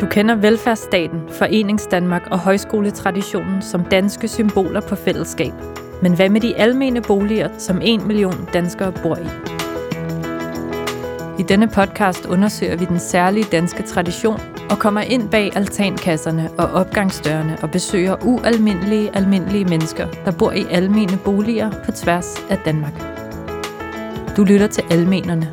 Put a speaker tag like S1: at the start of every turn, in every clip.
S1: Du kender velfærdsstaten, Foreningsdanmark og højskoletraditionen som danske symboler på fællesskab. Men hvad med de almene boliger, som en million danskere bor i? I denne podcast undersøger vi den særlige danske tradition og kommer ind bag altankasserne og opgangsdørene og besøger ualmindelige, almindelige mennesker, der bor i almene boliger på tværs af Danmark. Du lytter til Almenerne.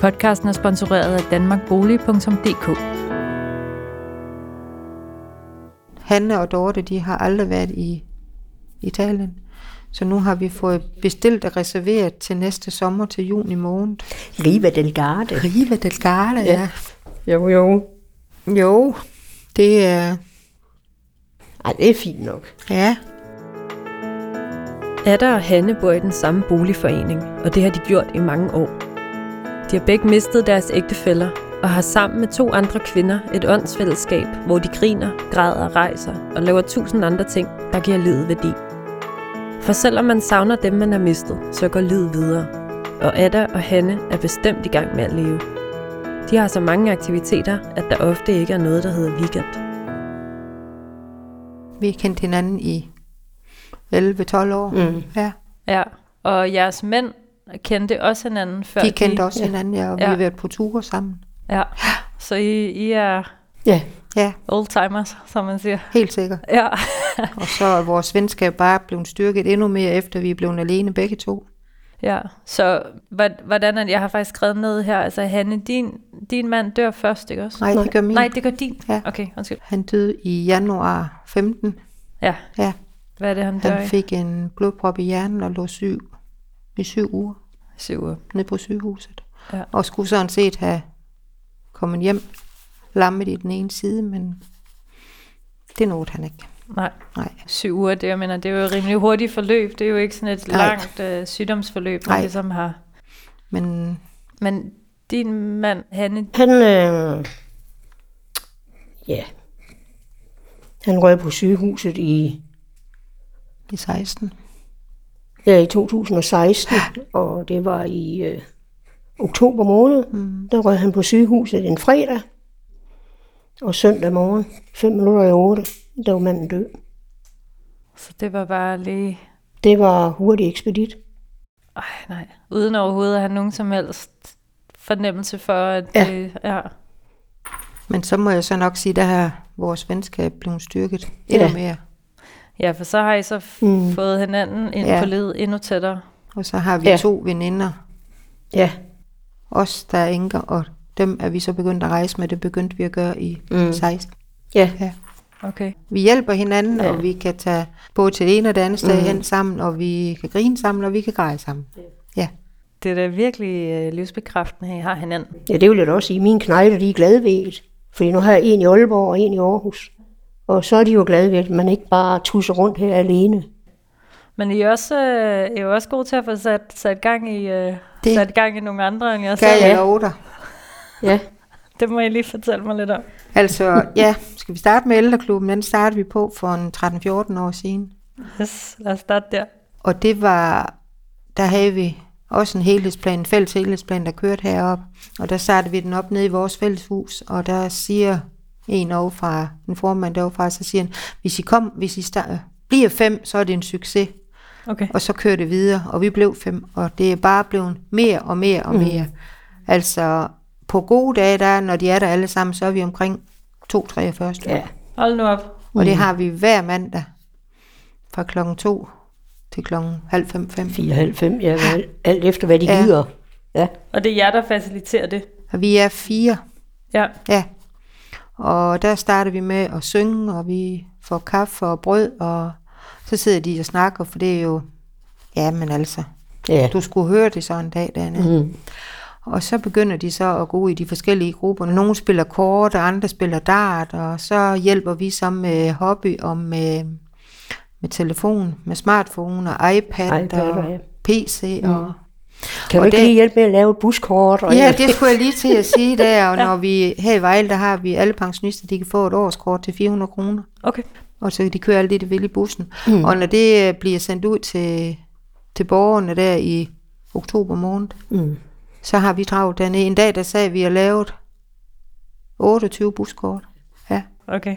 S1: Podcasten er sponsoreret af danmarkbolig.dk.
S2: Hanne og Dorte, de har aldrig været i Italien. Så nu har vi fået bestilt og reserveret til næste sommer til juni måned.
S3: Riva del Garde.
S2: Riva del Garda, ja.
S3: Jo, jo.
S2: Jo, det er...
S3: Ej, det er fint nok.
S2: Ja,
S1: Ada og Hanne bor i den samme boligforening, og det har de gjort i mange år. De har begge mistet deres ægtefæller, og har sammen med to andre kvinder et åndsfællesskab, hvor de griner, græder, rejser og laver tusind andre ting, der giver livet værdi. For selvom man savner dem, man har mistet, så går livet videre. Og Ada og Hanne er bestemt i gang med at leve. De har så mange aktiviteter, at der ofte ikke er noget, der hedder weekend.
S2: vi har kendt hinanden i 11-12 år.
S3: Mm.
S2: Ja.
S1: Ja, og jeres mænd kendte også hinanden før.
S2: De kendte også hinanden, ja, og vi
S1: Ja.
S2: har været på ture sammen.
S1: Ja, så I, I er
S3: Ja.
S2: Ja,
S1: oldtimers, som man siger.
S2: helt sikkert.
S1: Ja.
S2: Og så er vores venskab bare blevet styrket endnu mere, efter vi er blevet alene begge to.
S1: ja. Så hvor- hvordan er det? Jeg har faktisk skrevet ned her, altså Hanne, din, din mand dør først, ikke også?
S2: Nej, det gør min.
S1: Nej det gør din.
S2: Ja.
S1: Okay, undskyld.
S2: Han døde i januar 15.
S1: Ja,
S2: Ja,
S1: hvad er det, han dør
S2: han
S1: i?
S2: fik en blodprop i hjernen og lå syg i syv uger
S1: Syv uger.
S2: nede på sygehuset.
S1: Ja.
S2: Og skulle sådan set have kommet hjem lammet i den ene side, men det nåede han ikke.
S1: Nej,
S2: Nej,
S1: syv uger, det, jeg mener, det er jo et rimelig hurtigt forløb. Det er jo ikke sådan et
S2: Nej.
S1: langt øh, sygdomsforløb, man
S2: Nej.
S1: ligesom har.
S2: men
S1: Men din mand, Hanne,
S3: Han, øh, ja. Han røg på sygehuset i,
S2: i 16.
S3: ja, i 2016, og det var i øh, oktober måned. Mm. Der røg han på sygehuset en fredag, og søndag morgen, 5 minutter i 8, der var manden død.
S1: så det var bare lige...
S3: Det var hurtigt ekspedit.
S1: Ej, nej. Uden overhovedet at have nogen som helst fornemmelse for, at
S3: Ja.
S1: det ja.
S2: Men så må jeg så nok sige, der har vores venskab blevet styrket endnu
S3: Ja.
S2: mere.
S1: Ja, for så har I så f- mm.
S3: Mm.
S1: fået hinanden ind ja.
S2: Ja.
S1: på led endnu tættere.
S2: Og så har vi
S3: Ja.
S2: ja. to veninder,
S3: Ja.
S2: os der er enker, og dem er vi så begyndt at rejse med. Det begyndte vi at gøre i mm. 16.
S3: Ja.
S2: Ja.
S1: Okay.
S2: Vi hjælper hinanden, ja.
S3: Ja.
S2: og vi kan tage både til det ene og det andet sted mm. hen sammen, og vi kan grine sammen, og vi kan græde sammen. Ja,
S1: Det er da virkelig øh, livsbekræftende, at I har hinanden.
S3: Ja, det vil jeg da også sige. Mine knejder, de er glade ved et. Fordi nu har jeg en i Aalborg og en i Aarhus. Og så er de jo glade ved, at man ikke bare tusser rundt her alene.
S1: Men I er, også, øh, I er jo også gode til at få sat, sat, gang, i, øh,
S2: Det-
S1: sat gang i nogle andre end jer
S2: kan
S1: selv.
S2: jeg love dig.
S3: Ja.
S1: Det må I lige fortælle mig lidt om.
S2: Altså, ja, skal vi starte med ældreklubben? Den startede vi på for en 13-14 år siden.
S1: Yes, lad os starte der.
S2: Og det var, der havde vi også en helhedsplan, en fælles helhedsplan, der kørte heroppe. Og der startede vi den op nede i vores fælleshus, og der siger en overfra, en formand derovre, så siger han, hvis I, kom, hvis I start, bliver fem, så er det en succes.
S1: Okay.
S2: Og så kører det videre, og vi blev fem, og det er bare blevet mere og mere og mere. Mm. Altså, på gode dage, der, er- når de er der alle sammen, så er vi omkring 2-43 stykker.
S3: ja.
S1: Hold nu op.
S2: Og det har vi hver mandag fra klokken 2 til klokken halv fem, fem.
S3: 94, ja, vel. alt efter hvad de
S2: Ja.
S3: gider. Ja.
S1: Og det er jer, der faciliterer det.
S2: Og vi er fire,
S1: Ja.
S2: ja. Og der starter vi med at synge, og vi får kaffe og brød, og så sidder de og snakker, for det er jo, ja, men altså,
S3: Ja.
S2: du skulle høre det så en dag dernede.
S3: Mm.
S2: Og så begynder de så at gå i de forskellige grupper. Nogle spiller kort, og andre spiller dart, og så hjælper vi så med hobby og med, med telefon, med smartphone og iPad,
S3: iPad,
S2: iPad og
S3: ja.
S2: PC og
S3: Kan du
S2: Og
S3: ikke
S2: det-
S3: lige hjælpe med at lave et buskort? Og
S2: Ja, det skulle jeg lige til at sige der, og når vi her i Vejle, der har vi alle pensionister, de kan få et årskort til 400 kroner,
S1: Okay.
S2: og så kan de køre alt det, de vil i bussen. Mm. Og når det øh, bliver sendt ud til, til borgerne der i oktober måned,
S3: Mm.
S2: så har vi travlt dernede. En dag, der sagde vi, at lavet 28 buskort.
S1: Okay.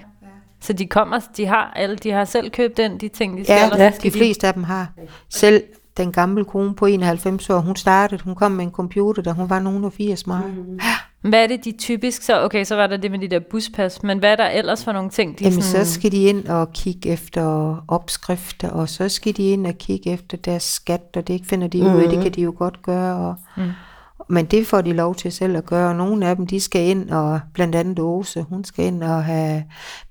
S1: Så de kommer, de har alle, de har selv købt den, de ting, de skal?
S2: Ja,
S1: eller
S2: ja,
S1: skal
S2: de fleste af dem har. Selv den gamle kone på 91 år, hun startede, hun kom med en computer, da hun var nogen af 80 meget. Mm.
S1: Hvad er det, de typisk så, okay, så var der det med de der buspas, men hvad er der ellers for nogle ting, de
S2: Jamen,
S1: sådan,
S2: så skal de ind og kigge efter opskrifter, og så skal de ind og kigge efter deres skat, og det finder de ud af, det kan de jo godt gøre. Og, Mm-hmm. mm. Men det får de lov til selv at gøre, og nogle af dem, de skal ind, og blandt andet Åse, hun skal ind og have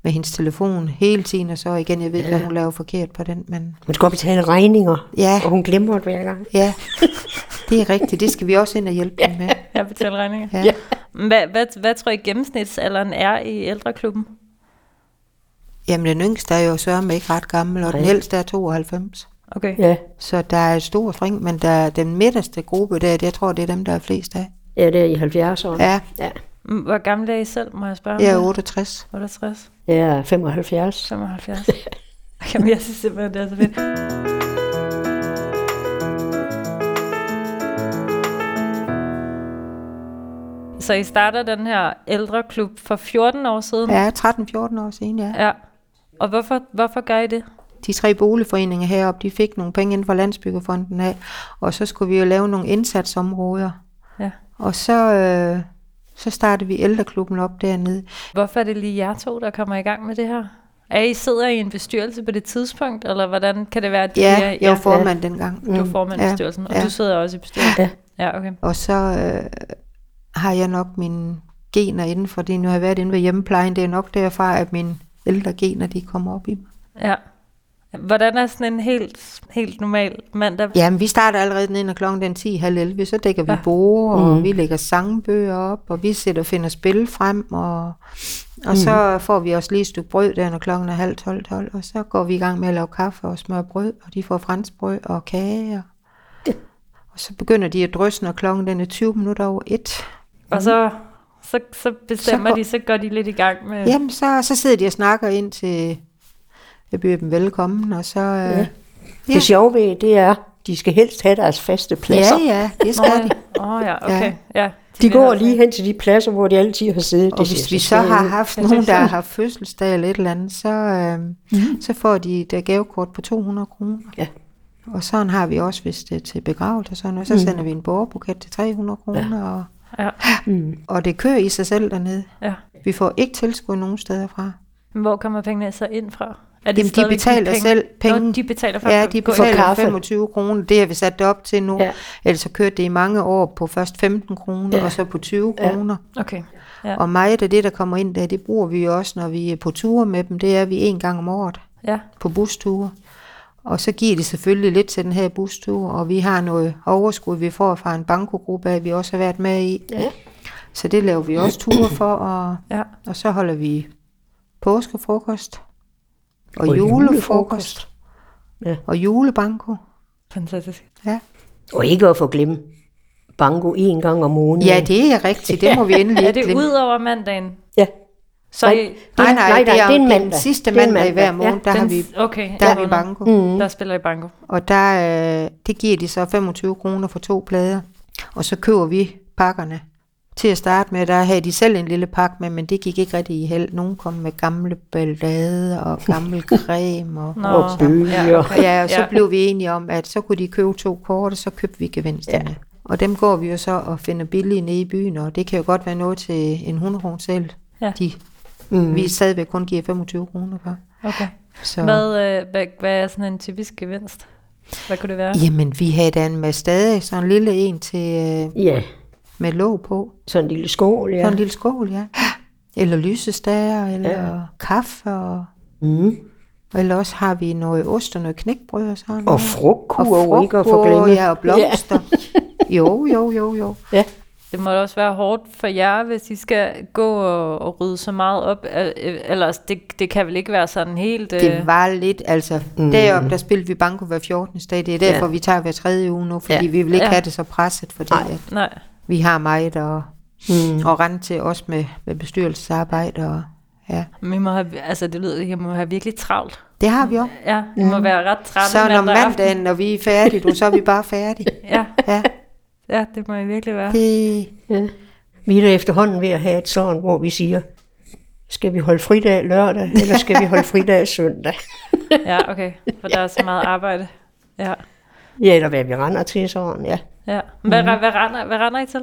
S2: med hendes telefon hele tiden, og så igen, jeg ved, hvad hun laver forkert på den, men
S3: Hun skal op og betale regninger,
S2: Ja.
S3: og hun glemmer det hver gang.
S2: ja, det er rigtigt, det skal vi også ind og hjælpe dem med.
S1: jeg betaler regninger?
S2: Ja.
S1: Hvad, hvad, hvad tror I gennemsnitsalderen er i ældreklubben?
S2: Jamen, den yngste er jo sørme ikke ret gammel, og den ældste er 92.
S1: Okay.
S3: Ja,
S2: Så der er et stort spring, men der er den midterste gruppe der, det- jeg tror, det er dem, der er flest af.
S3: ja det er i 70'erne.
S2: Ja,
S3: ja.
S1: M- Hvor gammel er I selv, må jeg spørge? om
S2: jeg er
S1: det?
S2: 68.
S1: 68,
S3: Jeg er 75.
S1: 75. Jamen, jeg synes simpelthen, det er så fedt. Så I starter den her ældreklub for 14 år siden?
S2: Ja, 13-14 år siden, ja.
S1: ja. Og hvorfor, hvorfor gør I det?
S2: De tre boligforeninger heroppe, de fik nogle penge inden for Landsbyggefonden af, og så skulle vi jo lave nogle indsatsområder.
S1: Ja.
S2: Og så, øh, så startede vi ældreklubben op dernede.
S1: Hvorfor er det lige jer to, der kommer i gang med det her? Er I sidder i en bestyrelse på det tidspunkt, eller hvordan kan det være, at I er-
S2: Ja, jeg var formand dengang. Mm.
S1: Du er formand i
S2: Ja,
S1: bestyrelsen, og
S2: ja.
S1: du sidder også i bestyrelsen.
S3: Ja.
S1: Ja, okay.
S2: Og så øh, har jeg nok mine gener inden for det. Nu har jeg været inde ved hjemmeplejen, det er nok derfra, at mine ældre gener, de kommer op i mig.
S1: Ja. Hvordan er sådan en helt, helt normal mandag?
S2: Jamen, vi starter allerede den ene klokken den 10, halv 11, så dækker vi ja. borde, og vi lægger sangbøger op, og vi sætter og finder spil frem, og, og mm. så får vi også lige et stykke brød der, når klokken er halv 12, 12, og så går vi i gang med at lave kaffe og smøre brød, og de får franskbrød og kage, og, og så begynder de at drysse, når klokken den er 20 minutter over 1.
S1: Og så, så, så bestemmer
S2: Så
S1: så
S2: går-
S1: de, så går de lidt i gang med...
S2: Jamen, så, så sidder de og snakker ind til, jeg byder dem velkommen, og så... øh, Ja,
S3: Det sjove ved det er, de skal helst have deres faste pladser.
S2: ja, ja det
S1: Nå,
S2: skal de.
S1: Åh oh, ja, okay. Ja. ja
S3: De
S1: vil
S3: går
S1: også-
S3: lige hen til de pladser, hvor de altid har siddet.
S2: Og
S3: ser
S2: hvis vi så
S3: skægt
S2: har
S3: ud.
S2: haft
S1: det er
S2: nogen, der har
S1: sjovt. Mhm.
S2: haft fødselsdag eller et eller andet, så, øh, mm. så får de et øh, gavekort på 200 kroner.
S3: Ja.
S2: Og sådan har vi også, hvis det er til begravelse og sådan noget, så
S1: Mhm.
S2: mm. sender vi en borgerbuket til 300 kroner, ja. og,
S1: Ja, Mhm.
S2: og det kører i sig selv dernede.
S1: ja.
S2: Vi får ikke tilskud nogen steder fra.
S1: Men Hvor kommer pengene så ind fra? Er
S2: Jamen, de
S1: stadigvæk
S2: betaler selv
S1: Nå,
S2: penge.
S1: de betaler for
S2: Ja,
S1: at
S2: de
S1: gå
S3: For
S2: betaler
S3: kaffe.
S2: 25 kroner, det har vi sat det op til nu.
S3: Ja.
S2: Ja. Ellers så kørte det i mange år på først 15 kroner,
S3: Ja.
S2: ja. og så på 20 kroner.
S1: ind. Okay. Ja.
S2: Og meget af det, der kommer ind der, det bruger vi jo også, når vi er på ture med dem, det er vi en gang om året.
S1: ja.
S2: på busture. Og så giver det selvfølgelig lidt til den her bustur, og vi har noget overskud, vi får fra en bankogruppe, af, vi også har været med i.
S3: Ja.
S2: Så det laver vi også ture for, og,
S1: Ja.
S2: og så holder vi påskefrokost, og,
S3: Og
S2: og
S3: julefrokost.
S2: julefrokost,
S3: Ja.
S2: og julebanko.
S1: Fantastisk.
S2: Ja.
S3: Og ikke at få glemme banko en gang om måneden.
S2: ja, det er rigtigt, det må vi endelig
S1: Er
S2: ikke
S1: det
S2: glemme.
S1: ud over mandagen?
S3: ja.
S1: Så
S3: Nej,
S1: I,
S3: Det
S2: Nej,
S3: er-
S2: nej,
S3: nej,
S2: det
S3: nej,
S2: er,
S3: det er en
S2: om den
S3: mandag.
S2: sidste
S3: Det er en
S2: mandag, i hver
S3: mandag, ja.
S2: måned, der, har
S1: den-
S2: vi,
S1: okay,
S2: der
S1: jeg
S2: har vi
S1: vågner.
S2: banko.
S3: Mm.
S1: Der spiller I banko.
S2: Og der, øh, det giver de så 25 kroner for to plader. Og så køber vi pakkerne. Til at starte med, der havde de selv en lille pakke med, men det gik ikke rigtig i held. Nogen kom med gamle ballader og gammel creme. Og,
S1: Nå,
S3: Og bølger.
S1: ja, okay.
S2: ja, og så
S1: Ja.
S2: ja. blev vi enige om, at så kunne de købe to kort, og så købte vi gevinsterne. Ja. Og dem går vi jo så og finder billige nede i byen, og det kan jo godt være noget til en 100 kroner selv.
S1: Ja.
S2: De, mm. Vi stadigvæk kun giver 25 kroner for.
S1: okay.
S2: Så.
S1: Hvad, øh, hvad, hvad er sådan en typisk gevinst? Hvad kunne det være?
S2: Jamen, vi havde da en Mazda, sådan en lille en til, øh,
S3: Ja,
S2: med låg på.
S3: sådan en lille skål, ja.
S2: Ja. en lille skål, ja. Eller lysestager, eller ja. kaffe, og,
S3: Mm.
S2: og eller også har vi noget ost og noget knækbrød og sådan
S3: Og
S2: noget.
S3: frugtkurv, ikke at få
S2: frugtkurve,
S3: glemme.
S2: ja, og blomster. Ja. jo, jo, jo, jo.
S3: Ja.
S1: Det må da også være hårdt for jer, hvis I skal gå og, og rydde så meget op. Øh, øh, Ellers, det, det kan vel ikke være sådan helt... Øh,
S2: Det var lidt, altså, mm. deroppe, der spillede vi banko hver 14. dag. Det er derfor, ja. vi tager hver tredje uge nu, fordi
S3: Ja.
S2: ja. vi vil
S1: Ja.
S2: ikke ja. have det så presset, fordi at
S1: Nej.
S2: vi har meget at, mm. at rende til, også med, med bestyrelsesarbejde. Og, ja.
S1: Men I må have, altså, det lyder, jeg må have virkelig travlt.
S2: Det har vi også.
S1: Ja, I må være ret træt.
S2: Mm. Så når mandagen, når vi er færdige, du, så er vi bare færdige.
S1: Ja,
S2: Ja,
S1: ja, det må I virkelig være.
S2: det,
S3: Vi er da efterhånden ved at have et sådan, hvor vi siger, skal vi holde fridag lørdag, eller skal vi holde fridag søndag?
S1: Ja, okay. For der er så meget arbejde. Ja.
S3: Ja, eller hvad vi render til sådan, ja.
S1: ja. Hvad, mm. hvad, render, hvad render I til?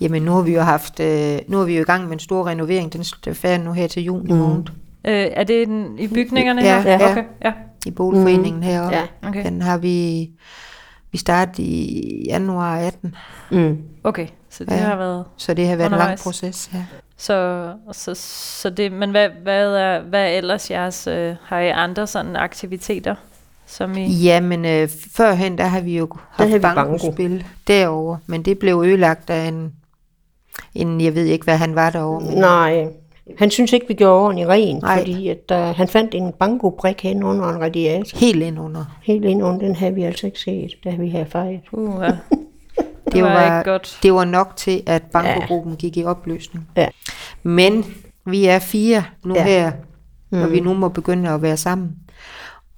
S2: Jamen nu har vi jo haft, øh, nu er vi jo i gang med en stor renovering, den er færdig nu her til juni mm. måned
S1: Øh, er det den, i bygningerne
S2: Ja,
S1: her?
S2: ja.
S1: Okay, ja.
S2: i boligforeningen mm. heroppe.
S3: Ja,
S1: okay.
S2: Den har vi, vi startet i januar 18,
S3: Mm.
S1: Okay, så det
S2: Ja.
S1: ja. har været...
S2: så det har været en lang
S1: Undervejs.
S2: proces. Ja.
S1: Så, så, så det, men hvad, hvad, er, hvad er ellers jeres, øh, har I andre sådan aktiviteter, som I...
S2: Jamen, øh, førhen, der har vi jo haft
S3: havde vi
S2: bankospil derovre, men det blev ødelagt af en, en, jeg ved ikke, hvad han var derovre, men
S3: Nej, han synes ikke, vi gjorde ordentligt rent,
S2: Nej.
S3: Nej. fordi at, uh, han fandt en bankobrik hen under en radiator.
S2: helt ind under.
S3: Helt ind under den havde vi altså ikke set, da vi havde fejret.
S1: Uh, ja. det,
S2: Det
S1: det var,
S2: var-
S1: var ikke godt.
S2: Det var nok til, at bankogruppen ja. gik i opløsning.
S3: Ja.
S2: Men vi er fire nu ja.
S3: Ja. Mm.
S2: her, når vi nu må begynde at være sammen.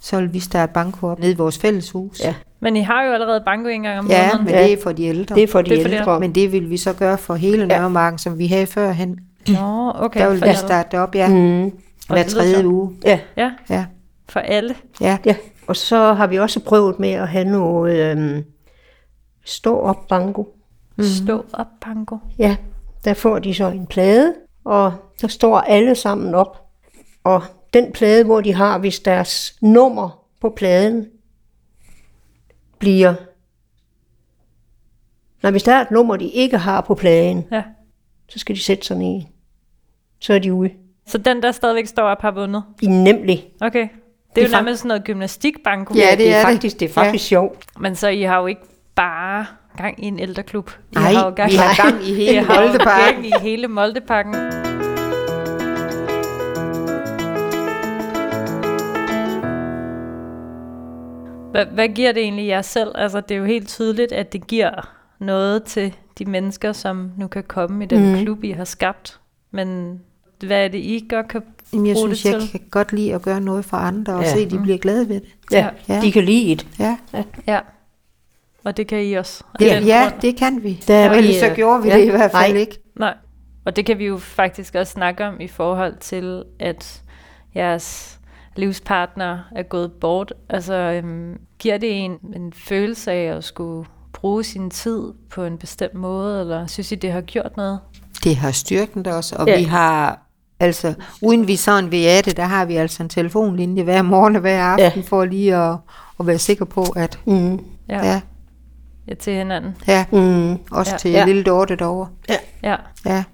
S2: Så vil vi starte banko op nede i vores fælleshus.
S3: Ja.
S1: Men I har jo allerede banko en gang om
S2: ja
S1: måneden.
S2: men
S3: Ja.
S2: det er for de ældre.
S3: Det er for de
S1: Det er for det.
S3: ældre.
S2: Men det vil vi så gøre for hele Nørremarken, som vi havde førhen.
S1: Nå, okay.
S2: Der vil
S1: for
S2: vi
S1: alle.
S2: starte det op, ja,
S3: Mm.
S2: hver
S1: det lyder
S2: tredje
S1: sjovt.
S2: uge.
S3: Ja,
S1: Ja,
S2: Ja,
S1: for alle.
S2: ja.
S3: ja. Og så har vi også prøvet med at have noget øhm, stå op banko.
S2: Mhm.
S1: Stå op, banko.
S3: Ja, der får de så en plade, og der står alle sammen op. Og den plade, hvor de har, hvis deres nummer på pladen bliver... Nej, hvis der er et nummer, de ikke har på pladen,
S1: Ja.
S3: så skal de sætte sig ned. Så er de ude.
S1: Så den, der stadigvæk står op, har vundet.
S3: I nemlig.
S1: Okay. Det er
S3: Det
S1: jo
S3: er
S1: nærmest sådan noget gymnastikbanko.
S2: Ja, det
S3: det er
S2: er det.
S3: faktisk, det. er faktisk ja. sjovt.
S1: Men så I har jo ikke bare gang i en ældreklub. I
S2: Nej,
S1: har jo gang,
S2: vi har gang i hele
S1: I har jo
S2: Moldeparken.
S1: gang i hele Moldeparken. Hvad, hvad giver det egentlig jer selv? Altså, det er jo helt tydeligt, at det giver noget til de mennesker, som nu kan komme i den mm. klub, I har skabt. Men hvad er det, I Mm. godt kan
S2: Jamen, jeg
S1: bruge
S2: synes,
S1: det
S2: jeg
S1: til?
S2: kan godt lide at gøre noget for andre, og ja.
S3: Ja.
S2: se, at de bliver glade ved det.
S3: Ja,
S2: Ja.
S3: ja. De kan lide det.
S2: Ja,
S1: Ja, og det kan I også. af
S2: det,
S1: den
S2: ja
S1: grund.
S2: det kan vi.
S3: Der er
S2: og ellers
S3: vi, øh,
S2: så gjorde vi ja.
S3: ja.
S2: det i hvert fald
S3: Nej.
S2: ikke.
S1: Nej. Og det kan vi jo faktisk også snakke om i forhold til, at jeres livspartner er gået bort. Altså, øhm, giver det en en følelse af at skulle bruge sin tid på en bestemt måde, eller synes I, det har gjort noget?
S2: Det har styrken der også, og ja.
S3: Ja.
S2: vi har... Altså, uden vi sådan vil af det, der har vi altså en telefonlinje hver morgen og hver aften, ja. for lige at, at være sikker på, at...
S3: Mm.
S1: Ja, ja.
S2: Ja,
S1: ja til hinanden.
S2: ja.
S3: Mm.
S2: også
S1: Ja.
S2: til
S3: Ja.
S2: lille Dorte derovre.
S1: Ja.
S2: Ja,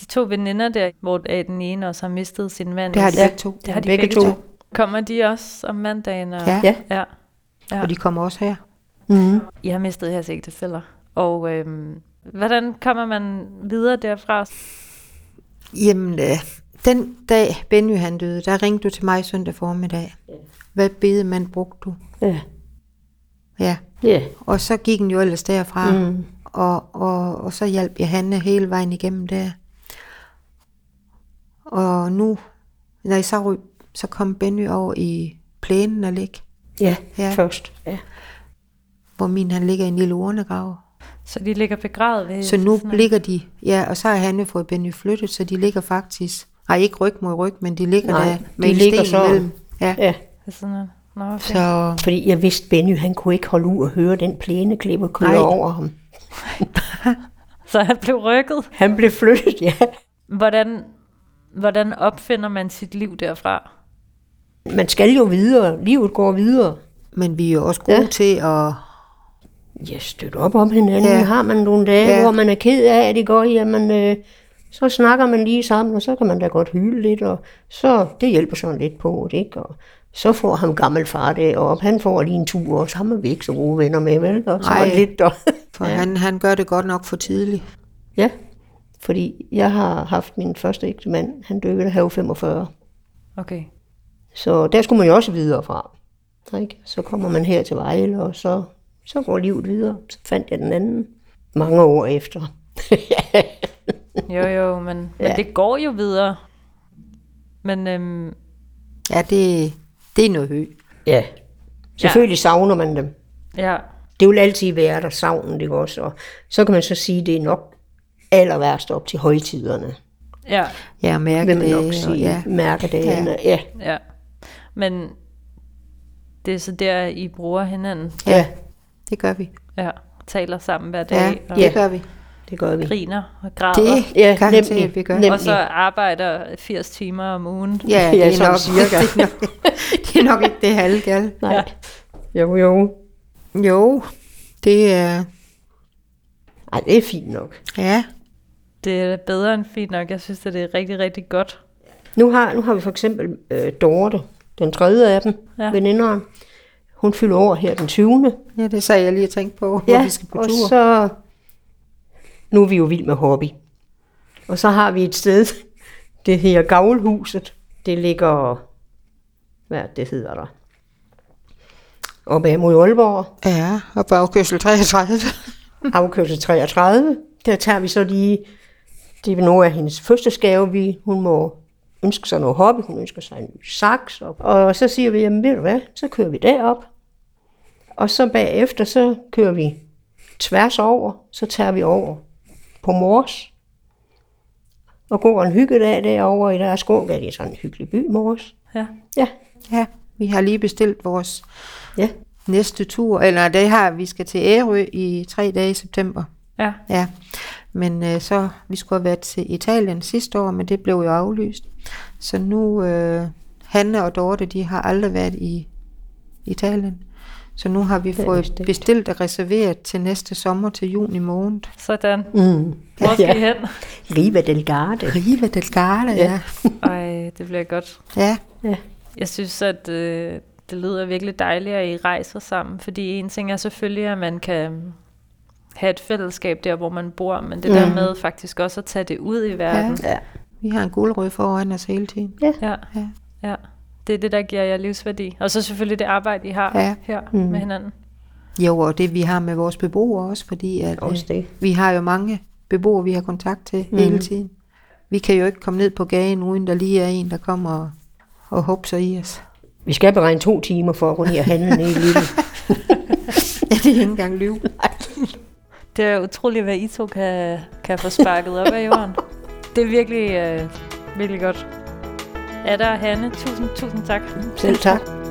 S1: De to veninder der, hvor øh, den ene også har mistet sin mand.
S2: det har de
S3: Ja.
S2: begge to.
S1: det har de
S3: Begge
S1: begge, begge
S3: to.
S1: to. to. Kommer de også om mandagen? Og...
S2: Ja.
S3: Ja.
S1: ja. Ja.
S2: Og de kommer også her.
S3: Mm.
S1: I har mistet jeres ægtefælder. Og øhm, hvordan kommer man videre derfra?
S2: Jamen, øh, den dag Benny han døde, der ringte du til mig søndag formiddag. Hvad bedemand brugte du?
S3: Ja.
S2: Ja,
S3: Ja.
S2: og så gik den jo ellers derfra. Mm.
S3: Mm.
S2: Og, og, og så hjalp jeg Hanne hele vejen igennem der. Og nu, når I så ryg, så kom Benny over i plænen og ligge,
S3: Ja.
S2: Ja.
S3: ja, først. Ja.
S2: hvor min han ligger i en lille urnegrav.
S1: Så de ligger begravet ved...
S2: Så nu ligger de, ja, og så har Hanne fået Benny flyttet, så de ligger faktisk, nej ikke ryg mod ryg, men de ligger
S3: Nej,
S2: der med
S3: de
S2: en
S3: ligger
S2: sten
S3: sådan.
S2: imellem. Ja,
S3: ja.
S1: Sådan noget. Nå, okay.
S2: så...
S3: Fordi jeg vidste, Benny han kunne ikke holde ud at høre den plæneklipper køre
S2: Nej.
S3: Nej. over ham.
S1: så han blev rykket.
S3: Han blev flyttet, ja.
S1: Hvordan, hvordan opfinder man sit liv derfra?
S3: Man skal jo videre. Livet går videre.
S2: Men vi er jo også gode ja.
S3: Ja.
S2: til at...
S3: Ja, støt op om hinanden.
S2: Ja.
S3: Ja. Har man nogle dage,
S2: Ja.
S3: ja. hvor man er ked af, at det går, jamen, øh, så snakker man lige sammen, og så kan man da godt hyle lidt, og så det hjælper sådan lidt på, det, ikke? Og så får ham gammel far det op, han får lige en tur, og så har man vi ikke så gode venner med, vel? Og så er
S2: Nej.
S3: det lidt, og,
S2: For ja. han, han gør det godt nok for tidligt.
S3: ja, fordi jeg har haft min første ægte mand, han døde, da han var 45.
S1: Okay.
S3: Så der skulle man jo også videre fra. Ikke? Så kommer man her til Vejle, og så, så går livet videre. Så fandt jeg den anden mange år efter.
S1: Jo, jo, men, ja. men
S3: Ja.
S1: det går jo videre. Men øhm,
S2: Ja, det, det er noget højt.
S3: Ja. Selvfølgelig ja. savner man dem.
S1: ja,
S3: Det vil altid være der savnen, det også? Og så kan man så sige, at det er nok aller værst op til højtiderne.
S1: Ja,
S2: Ja, mærke
S3: vil man
S2: det.
S3: nok
S2: og-
S3: sige.
S2: Ja.
S3: Ja. Mærkedagene. Ja. Ja.
S1: ja. Men det er så der, I bruger hinanden.
S3: ja,
S2: Det gør vi.
S1: Ja, taler sammen hver dag
S2: Ja,
S1: og
S2: det gør vi.
S3: det gør vi.
S1: griner og græder.
S2: Det
S3: Ja,
S2: garanteret,
S3: nemlig,
S2: vi gør.
S3: nemlig.
S1: og så arbejder 80 timer om ugen.
S2: Ja, det
S3: Ja,
S2: er,
S3: sådan
S2: nok,
S3: cirka.
S2: det, er nok, det er nok ikke det halve gal.
S3: Nej. Jo, jo.
S2: Jo, det er...
S3: Ej, det er fint nok.
S2: Ja,
S1: Det er bedre end fint nok. Jeg synes, at det er rigtig, rigtig godt.
S3: Nu har, nu har vi for eksempel øh, Dorte, den tredje af dem,
S1: Ja.
S3: ja. veninderen. Hun fylder over her den 20.
S2: ja det sagde jeg lige at tænke på, hvor vi skal på
S3: og
S2: tur.
S3: så... Nu er vi jo vild med hobby. Og så har vi et sted, det hedder Gavlhuset. Det ligger... Hvad er det, det hedder der? Oppe ad mod Aalborg.
S2: Ja, og bagkørsel 33.
S3: afkørsel 33. Der tager vi så lige, det er nogle af hendes fødselsgave, vi, hun må ønske sig noget hobby, hun ønsker sig en ny saks. Og, og så siger vi, jamen ved du hvad, så kører vi derop. Og så bagefter, så kører vi tværs over, så tager vi over på Mors. Og går en hyggedag derovre i deres gågade. Det er sådan en hyggelig by, Mors.
S1: Ja.
S3: Ja,
S2: Ja, vi har lige bestilt vores
S3: ja.
S2: næste tur, eller det har vi skal til Ærø i tre dage i september.
S1: Ja,
S2: Ja, men øh, så vi skulle have været til Italien sidste år, men det blev jo aflyst. Så nu, øh, Hanne og Dorte, de har aldrig været i Italien. Så nu har vi
S3: er
S2: fået
S3: bestemt.
S2: bestilt og reserveret til næste sommer til juni måned.
S1: sådan.
S3: Mm.
S1: Hvor skal I
S3: ja.
S1: hen?
S3: Riva del Garde.
S2: Riva del Garda, ja.
S1: Ej, det bliver godt.
S2: Ja,
S1: Jeg synes, at øh, det lyder virkelig dejligt, at I rejser sammen. Fordi en ting er selvfølgelig, at man kan have et fællesskab der, hvor man bor. Men det mm. der med faktisk også at tage det ud i verden.
S3: Ja.
S2: vi har en guldrød foran os hele tiden.
S1: Ja.
S2: Ja.
S1: ja. ja. Det er det, der giver jer livsværdi. Og så selvfølgelig det arbejde, I har
S2: Ja.
S1: ja. her mm. med hinanden.
S2: Jo, og det vi har med vores beboere også, fordi at, øh,
S3: Også Mhm. det.
S2: vi har jo mange beboere, vi har kontakt til mm. hele tiden. Vi kan jo ikke komme ned på gaden, uden der lige er en, der kommer og, og hopser i os.
S3: Vi skal beregne to timer for at gå ned og handle ned i Lidl.
S2: Ja, det er ikke engang liv.
S1: Det er utroligt, hvad I to kan, kan få sparket op af jorden. Det er virkelig, øh, virkelig godt. Ada og Hanne, tusind, tusind tak.
S3: Selv tak.